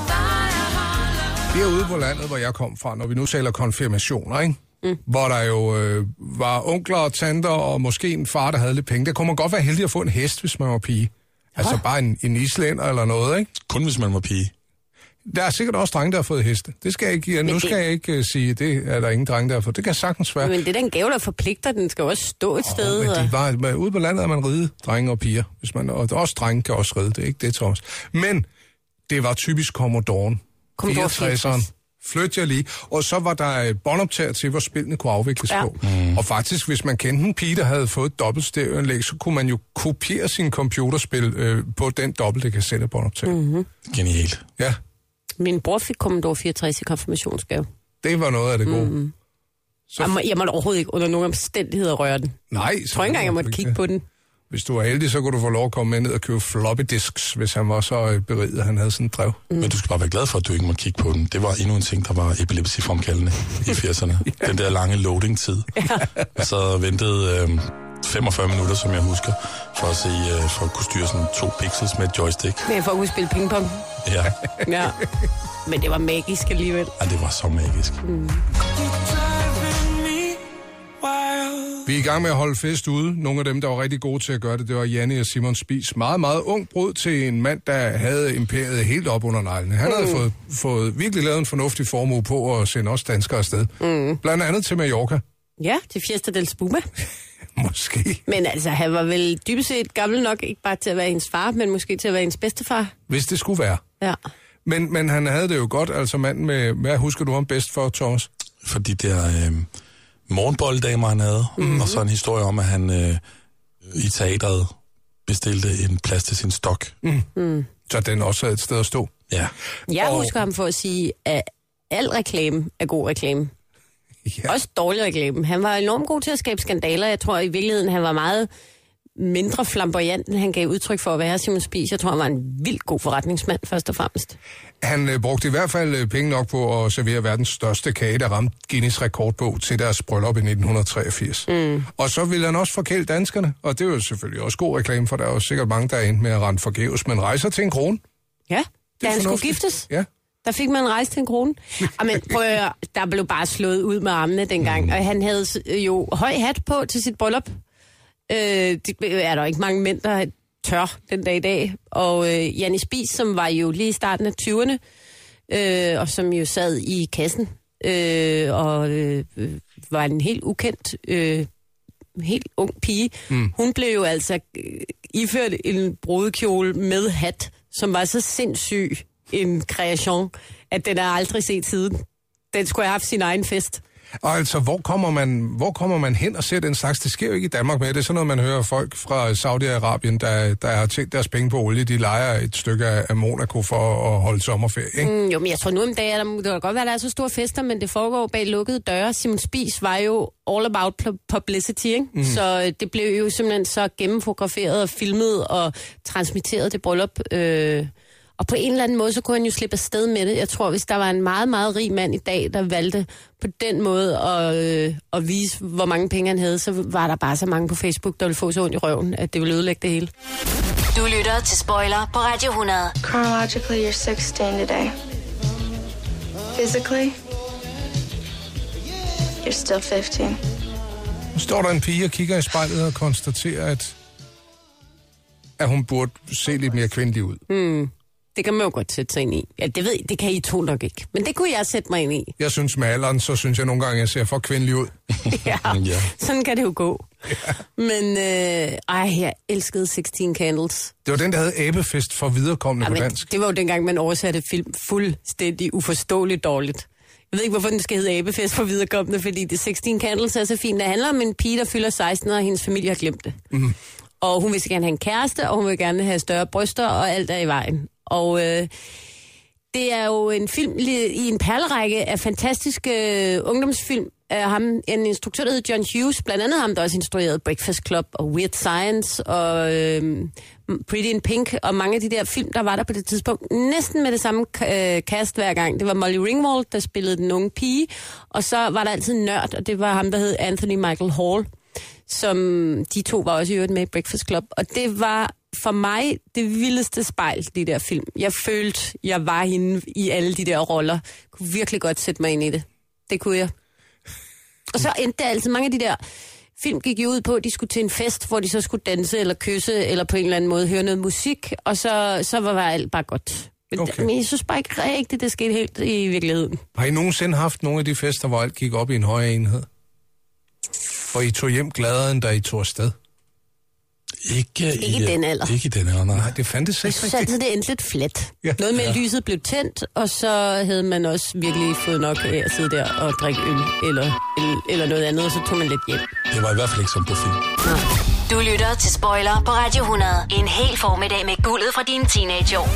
dig, jeg holder. Derude på landet, hvor jeg kom fra, når vi nu taler konfirmationer, ikke? Mm. hvor der jo øh, var onkler og tanter og måske en far, der havde lidt penge, der kunne man godt være heldig at få en hest, hvis man var pige. Altså bare en, en islænder eller noget, ikke? Kun hvis man var pige. Der er sikkert også drenge, der har fået heste. Det skal jeg ikke, nu det- skal jeg ikke øh, sige, det er der ingen drenge, der har fået. Det kan sagtens være. Men det er da en gave, der forpligter. Den skal jo også stå et sted. Men og- de var, men ude på landet er man ride, drenge og piger. Hvis man, og også drenge kan også ride, det er ikke det, Thomas. Men det var typisk Commodoren. Commodore 64'eren. Flyt jeg lige. Og så var der øh, båndoptager til, hvor spillene kunne afvikles Ja. ja. på. Mm. Og faktisk, hvis man kendte en pige, der havde fået et dobbelt stereoanlæg, så kunne man jo kopiere sin computerspil øh, på den dobbelte kassette båndoptager. Mhm. Mm. Genialt. Ja, Min bror fik Commodore 64 i konfirmationsgave. det var noget af det gode. Mhm. Mm. Jeg, må, jeg måtte overhovedet ikke under nogen omstændigheder røre den. Jeg Nej, jeg tror ikke engang, jeg måtte kigge på den. Hvis du var heldig, så kunne du få lov at komme med ned og købe floppy disks, hvis han var så øh, beriget, at han havde sådan en drev. Mm. Men du skal bare være glad for, at du ikke må kigge på den. Det var endnu en ting, der var epilepsifremkaldende i 80'erne. Den der lange loading-tid. Jeg sad og ventede øh, 45 minutter, som jeg husker, for at, se, øh, for at kunne styre sådan to pixels med et joystick. Men jeg får at spille pingpong. Ja, Ja. Men det var magisk alligevel. Ej, det var så magisk. Mm. Vi er i gang med at holde fest ude. Nogle af dem, der var rigtig gode til at gøre det, det var Janne og Simon Spis. Meget, meget ung brud til en mand, der havde imperiet helt op under neglene. Han havde fået, fået virkelig lavet en fornuftig formue på at sende os danskere afsted. Mm. Blandt andet til Mallorca. Ja, til Fiesta del Spuma. Måske. Men altså, han var vel dybest set gammel nok, ikke bare til at være ens far, men måske til at være ens bedstefar. Hvis det skulle være. Ja. Men, men han havde det jo godt, altså manden med... Hvad husker du ham bedst for, Thomas? For de der øh, morgenbolddamer, han havde. Mm-hmm. Og så en historie om, at han øh, i teateret bestilte en plads til sin stok. Mm. Så den også havde et sted at stå. Ja. Jeg Og- oh. husker ham for at sige, at al reklame er god reklame. Ja. Også dårlig reklame. Han var enormt god til at skabe skandaler. Jeg tror i virkeligheden, han var meget mindre flamboyant, end han gav udtryk for at være Simon Spies. Jeg tror, han var en vildt god forretningsmand, først og fremmest. Han øh, brugte i hvert fald øh, penge nok på at servere verdens største kage, der ramte Guinness rekordbog til deres bryllup i 1983. Mm. Og så ville han også forkæle danskerne, og det var jo selvfølgelig også god reklame, for der er jo sikkert mange, der er endt med at rende forgæves, men rejser til en krone. Det Ja, da er han skulle fornuftigt. giftes. Ja. Der fik man en rejse til en krone. Ah, men prøv at høre, der blev bare slået ud med armene dengang. Og han havde s- jo høj hat på til sit bryllup. Øh, det er der ikke mange mænd, der tør den dag i dag. Og øh, Janne Spis, som var jo lige i starten af 20'erne, øh, og som jo sad i kassen, øh, og øh, øh, var en helt ukendt, øh, helt ung pige. Mm. Hun blev jo altså øh, iført en brudekjole med hat, som var så sindssyg en kreation, at den er aldrig set siden. Den skulle have haft sin egen fest. Og altså, hvor kommer, man, hvor kommer man hen og ser den slags? Det sker jo ikke i Danmark med. Det er sådan noget, man hører folk fra Saudi-Arabien, der, der har tjent deres penge på olie. De leger et stykke af af Monaco for at holde sommerferie. Ikke? Mm, jo, men jeg tror nu om dagen, at der, det kan godt være, at der er så store fester, men det foregår bag lukkede døre. Simon Spies var jo all about pu- publicity, ikke? Mm. Så øh, det blev jo simpelthen så gennemfotograferet og filmet og transmitteret det bryllup. Øh, og på en eller anden måde, så kunne han jo slippe afsted med det. Jeg tror, hvis der var en meget, meget rig mand i dag, der valgte på den måde at, øh, at vise, hvor mange penge han havde, så var der bare så mange på Facebook, der ville få så ondt i røven, at det ville ødelægge det hele. Du lytter til Spoiler på Radio 100. Chronologically, you're 16 today. Physically, you're still 15. Nu står der en pige og kigger i spejlet og konstaterer, at, at hun burde se lidt mere kvindelig ud. Mm. Det kan man jo godt sætte sig ind i. Ja, det ved det kan I to nok ikke. Men det kunne jeg sætte mig ind i. Jeg synes med alderen, så synes jeg nogle gange, at jeg ser for kvindelig ud. ja. Ja. Sådan kan det jo gå. Men øh, ej, jeg elskede 16 Candles. Det var den, der havde æbefest for viderekommende på Jamen, dansk. det var jo dengang, man oversatte film fuldstændig uforståeligt dårligt. Jeg ved ikke, hvorfor den skal hedde Abefest for viderekommende, fordi det 16 Candles er så fint. Det handler om en pige, der fylder 16, og hendes familie har glemt det. Mm. Og hun vil så gerne have en kæreste, og hun vil gerne have større bryster, og alt er i vejen. Og øh, det er jo en film li- i en perlerække af fantastiske øh, ungdomsfilm, af ham, en instruktør, der hed John Hughes, blandt andet ham, der også instruerede Breakfast Club og Weird Science og øh, Pretty in Pink og mange af de der film, der var der på det tidspunkt. Næsten med det samme øh, cast hver gang. Det var Molly Ringwald, der spillede den unge pige, og så var der altid en nørd, og det var ham, der hed Anthony Michael Hall, som de to var også i øvrigt med i Breakfast Club. Og det var for mig det vildeste spejl, de der film. Jeg følte, jeg var hende i alle de der roller. Jeg kunne virkelig godt sætte mig ind i det. Det kunne jeg. Og så endte det altså, mange af de der film gik jo ud på, at de skulle til en fest, hvor de så skulle danse eller kysse, eller på en eller anden måde høre noget musik, og så, så var alt bare godt. Men, Okay. okay. men jeg synes bare ikke rigtigt, det skete helt i virkeligheden. Har I nogensinde haft nogle af de fester, hvor alt gik op i en højere enhed? Hvor I tog hjem gladere, end da I tog afsted? Ikke, Ikke i den alder. Ikke i den alder, nej. Nej, det fandtes Jeg ikke synes rigtigt. altid, det endte lidt flat. Ja. Ja. Noget med, at lyset blev tændt, og så havde man også virkelig fået nok af at sidde der og drikke øl eller, eller, eller noget andet, og så tog man lidt hjem. Det var i hvert fald ikke som på film. Du lytter til Spoiler på Radio 100. En hel formiddag med guldet fra dine teenageår.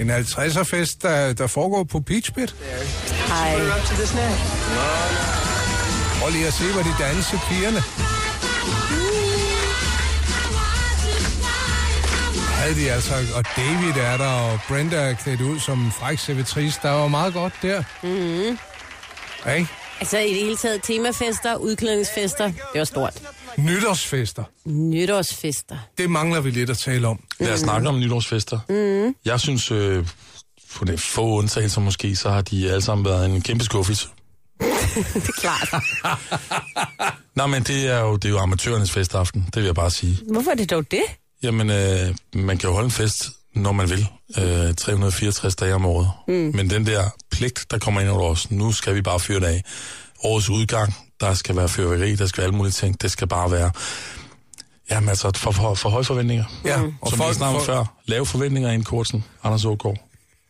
En 50'er-fest, der, der foregår på Beach Pit. Ej, Prøv lige at se, hvor de danser pigerne. Havde de altså, og David er der, og Brenda er klædt ud som en fræk servitrice. Der var meget godt der. Mm-hmm. Hey, altså i det hele taget temafester, udklædningsfester, det var stort. nytårsfester. Nytårsfester. Det mangler vi lidt at tale om. Lad os snakke om nytårsfester. Mm. Jeg synes, øh, på det få undtagelser måske, så har de alle sammen været en kæmpe skuffelse. Det er klart. Nej, men det er jo, det er jo amatørernes festaften, det vil jeg bare sige. Hvorfor er det dog det? Jamen, øh, man kan jo holde en fest, når man vil, øh, 364 dage om året. Mm. Men den der pligt, der kommer ind over os, nu skal vi bare fyre det af. Årets udgang, der skal være fyrværkeri, der skal være alle mulige ting, det skal bare være... Jamen altså, for, for, for høje forventninger. Ja, og Og Som folk- folk, snart folk- folk... før, lave forventninger i en kursen. Anders Ågaard,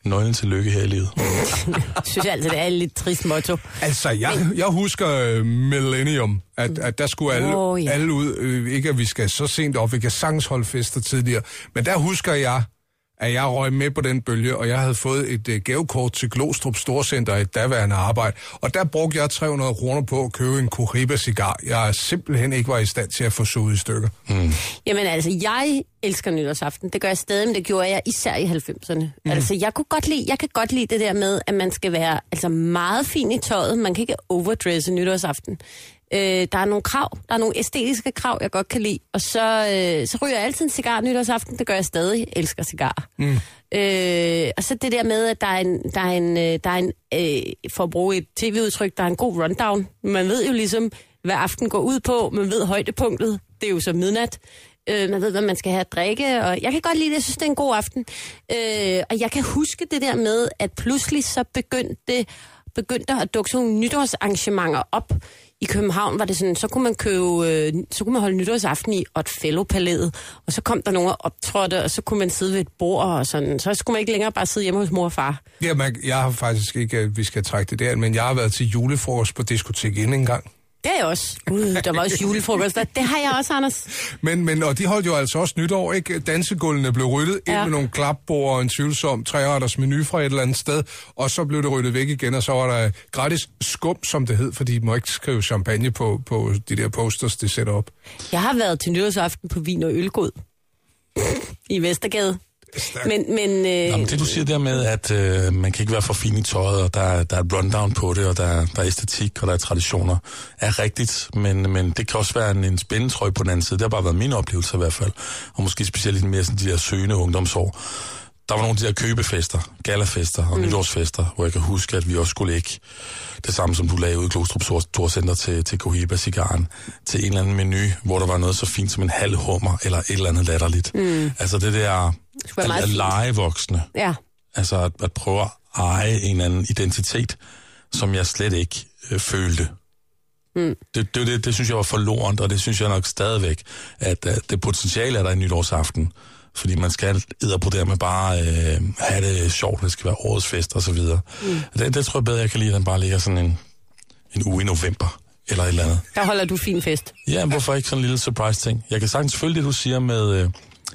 nøglen til lykke her i livet. Jeg synes altid, det er et lidt trist motto. Altså, jeg, jeg husker øh, Millennium, at, at der skulle alle, oh, Åh, ja. ja. alle ud, øh, ikke at vi skal så sent op, vi kan sagtens holde fester tidligere, men der husker jeg, at jeg røg med på den bølge, og jeg havde fået et øh, gavekort til Glostrup Storcenter, et daværende arbejde, og der brugte jeg 300 kroner på at købe en Cohiba-cigar, jeg simpelthen ikke var i stand til at få suget i stykker. Jamen altså, jeg elsker nytårsaften. Det gør jeg stadig, men det gjorde jeg især i 90'erne. Mm. Altså, jeg, kunne godt lide, jeg kan godt lide det der med, at man skal være altså, meget fin i tøjet. Man kan ikke overdresse nytårsaften. Øh, der er nogle krav. Der er nogle æstetiske krav, jeg godt kan lide. Og så, øh, så ryger jeg altid en cigar nytårsaften. Det gør jeg stadig. Jeg elsker cigarer. Mm. Øh, og så det der med, at der er en, der er en, øh, der er en øh, for at bruge et tv-udtryk, der er en god rundown. Man ved jo ligesom, hvad aften går ud på. Man ved højdepunktet. Det er jo så midnat. Øh, man ved, hvad man skal have at drikke, og jeg kan godt lide det. Jeg synes, det er en god aften. Øh, og jeg kan huske det der med, at pludselig så begyndte, det- begyndte der at dukke sådan nogle nytårsarrangementer op. I København var det sådan, så kunne man købe, øh, så kunne man holde nytårsaften i Otfellopalæet, og så kom der nogen og optrådte, og så kunne man sidde ved et bord og sådan. Så skulle man ikke længere bare sidde hjemme hos mor og far. Ja, man, jeg har faktisk ikke, at vi skal trække det der, men jeg har været til julefrokost på diskotek inden engang. Det er jeg også. Gud, der var også julefrokost. Det har jeg også, Anders. Men, men, og de holdt jo altså også nytår, ikke? Dansegulvene blev ryddet ja. ind Ja. med nogle klapbord og en tvivlsom treretters menu fra et eller andet sted, og så blev det ryddet væk igen, og så var der gratis skum, som det hed, fordi de må ikke skrive champagne på, på de der posters, de sætter op. Jeg har været til nytårsaften på Vin og Ølgod i Vestergade. Men, men, øh, Jamen, det du siger der med, at øh, man kan ikke være for fin i tøjet, og der, er- der er et rundown på det, og der, er- der er æstetik, og der er traditioner, er rigtigt, men, men det kan også være en, en spændetrøje på den anden side. Det har bare været min oplevelse i hvert fald, og måske specielt i den mere sådan, de der søgende ungdomsår. Der var nogle af de der købefester, galafester og mm. nytårsfester, hvor jeg kan huske, at vi også skulle lægge det samme, som du lagde ud i Glostrup Stor- Storcenter til, til Cohiba Cigaren, til en eller anden menu, hvor der var noget så fint som en halv hummer, eller et eller andet latterligt. Mm. Altså det der være at, meget at fint. lege voksne. ja. Altså at, at prøve at eje en anden identitet, som jeg slet ikke øh, følte. Mm. Det, det, det, det synes jeg var forlorent, og det synes jeg nok stadigvæk, at, at det potentiale er der i nytårsaften. Fordi man skal på der med bare øh, have det sjovt, det skal være årets fest og så videre. Mm. Det, det tror jeg bedre, jeg kan lide, at den bare ligger sådan en, en uge i november eller et eller andet. Der holder du fin fest. Ja, hvorfor ikke sådan en lille surprise-ting? Jeg kan sagtens følge det, du siger med øh,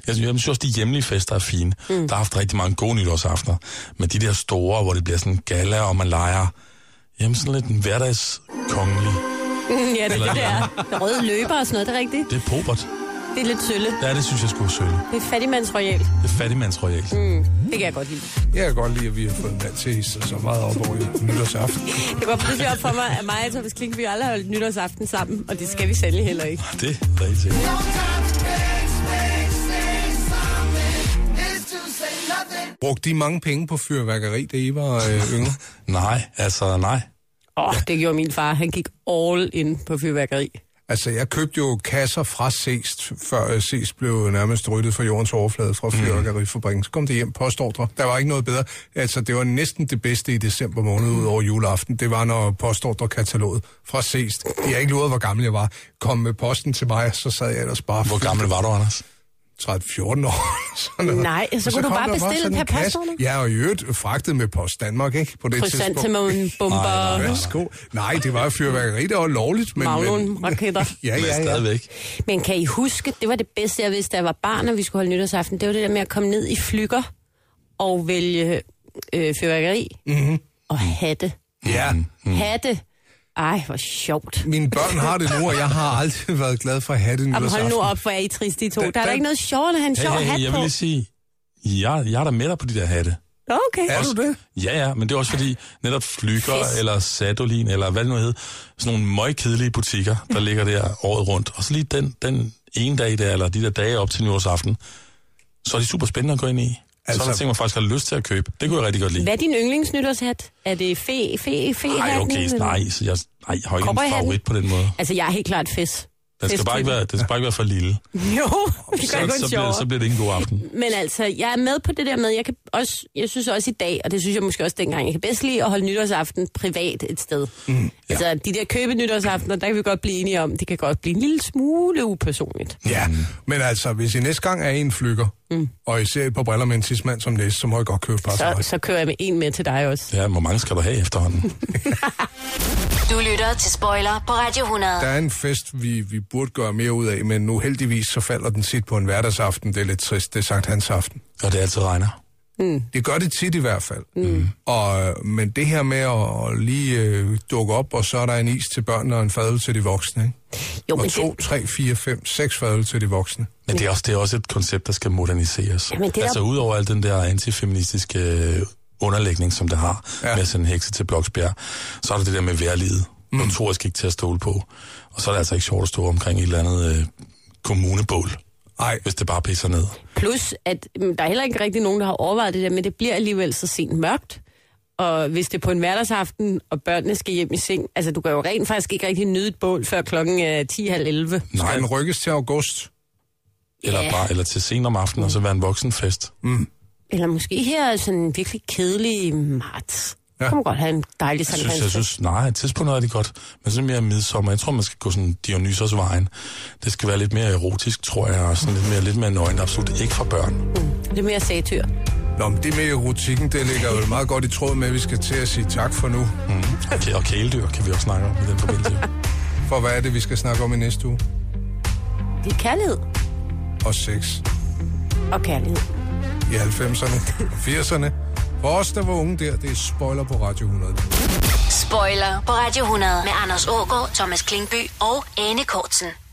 Jeg synes, jeg synes også, de hjemlige fester er fine. Mm. Der har haft rigtig mange gode nytårsaftener. Men de der store, hvor det bliver sådan en gala, og man leger jamen sådan lidt en hverdagskongelig. ja, det, det der. Der røde løber og sådan noget, det er rigtigt. Det er pobert. Det er lidt sølle. Ja, det synes jeg skulle sølle. Det er fattigmandsroyal. Det er fattigmandsroyal. Mm. Det kan jeg godt lide. Jeg kan godt lide, at vi har fået en mand til at hisse sig så meget op over i nytårsaften. Det går pludselig op for mig, at mig og Thomas Klink, vi aldrig har holdt nytårsaften sammen, og det skal vi sandelig heller ikke. Det er rigtig Brugte de mange penge på fyrværkeri, da I var øh, yngre? Nej, altså nej. Åh, oh, det gjorde min far. Han gik all in på fyrværkeri. Altså, jeg købte jo kasser fra Seest, før øh, Seest blev nærmest ryddet fra jordens overflade fra Mhm. fyrværkerifabrikken. Så kom det hjem postordre. Der var ikke noget bedre. Altså, det var næsten det bedste i december måned ud over juleaften. Det var, når postordrekataloget fra Seest, jeg har ikke luret, hvor gammel jeg var, kom med posten til mig, og så sad jeg ellers bare Hvor gammel var du, Anders? 13-14 år. Sådan noget. Nej, så Og kunne du kom bare der bestille sådan en per kasse. postordre? Ja, og i øvrigt fragtet med Post Danmark, ikke? På det tidspunkt. Krysantemum, Nej, bomber, Værsgo. Nej, det var fyrværkeri, det var lovligt, men... magnum, men raketter. ja, Men ja, ja. stadigvæk. Men kan I huske, det var det bedste, jeg vidste, da jeg var barn, og vi skulle holde nytårsaften. Det var det der med at komme ned i flykker og vælge øh, fyrværkeri mm-hmm. Mhm. og hatte. ja. Mm. Hatte. Ej, hvor sjovt. Mine børn har det nu, og jeg har aldrig været glad for at have det Jamen, hold nu nytårsaften. op, hvor er I triste, de to. Den- Der er da den- ikke noget sjovere, end at have en Hey, sjov hey, hat jeg vil på. lige sige, jeg, jeg er da med dig på de der hatte. Nå, Okay. Er du det? Ja, ja, men det er også fordi, netop Flykker Fisk. eller Sadolin, eller hvad det nu hed, sådan nogle møgkedelige butikker, der ligger der året rundt. Og så lige den, den ene dag der, eller de der dage op til nyårsaften, så er de super spændende at gå ind i. Altså, Altså- så er der ting, man faktisk har lyst til at købe. Det kunne jeg rigtig godt lide. Hvad er din yndlingsnytårshat? Er det fe, fe, fe Nej, okay, nej, så jeg, nej, jeg har ikke en Cowboyhatten? favorit på den måde. Altså, jeg er helt klart fes. Den skal, bare ikke være, den skal bare ikke være for lille. Jo, det gør det Så, kun så, bliver, sjovere. så bliver det ikke en god aften. Men altså, jeg er med på det der med, jeg, kan også, jeg synes også i dag, og det synes jeg måske også dengang, jeg kan bedst lide at holde nytårsaften privat et sted. Mm, ja. Altså, de der købe nytårsaftener, der kan vi godt blive enige om, det kan godt blive en lille smule upersonligt. Ja, men altså, hvis I næste gang er i en flykker, mm. og I ser et par briller med en tidsmand som næste, så må I godt købe bare Så, så, så kører jeg med en med til dig også. Ja, hvor mange skal du have efterhånden? Du lytter til Spoiler på Radio 100. Der er en fest, vi, vi burde gøre mere ud af, men nu heldigvis så falder den tit på en hverdagsaften. Det er lidt trist, det er Sankt Hans aften. Og det altid regner. Det gør det tit i hvert fald. Mm. Og, øh, men det her med at, at lige øh, dukke op, og så er der en is til børnene og en fadøl til de voksne. Ikke? Jo, men Og to, det, tre, fire, fem, seks fadøl til de voksne. Men det er, også, det er også et koncept, der skal moderniseres. Jamen, det er- altså udover al den der antifeministiske øh, underlægning, som det har, ja. Ja. med at sende hekse til Bloksbjerg, så er der det der med værlivet. Mm. Notorisk ikke til at stole på. Og så er det altså ikke sjovt at stå omkring et eller andet øh, kommunebål, Ej, hvis det bare pisser ned. plus, at mm, der er heller ikke rigtig nogen, der har overvejet det der, men det bliver alligevel så sent mørkt. Og hvis det er på en hverdagsaften, og børnene skal hjem i seng, altså du kan jo rent faktisk ikke rigtig nyde et bål før klokken øh, er 10.30. Nej. Nej, den rykkes til august. eller, Ja. bare, eller til sent om aftenen, og så være en voksenfest. Mm. Eller måske her sådan virkelig kedelig marts. Ja. Ja. Kan man godt have en dejlig Jeg Sankt synes, jeg Hans. synes, nej, tidspunktet er det godt, men sådan mere midsommer. Jeg tror, man skal gå sådan Dionysos vejen. Det skal være lidt mere erotisk, tror jeg, og sådan lidt mere, lidt mere nøgen, absolut ikke for børn. Det er mere satyr. Nå, men det med erotikken, det ligger jo meget godt i tråd med, at vi skal til at sige tak for nu. Okay, og kæledyr kan vi også snakke om i den forbindelse. For hvad er det, vi skal snakke om i næste uge? Det er kærlighed Og sex og kærlighed. i 90'erne og 80'erne. For os, der var unge der, det er spoiler på Radio 100. Spoiler på Radio 100 med Anders Ågaard, Thomas Klingby og Anne Kortsen.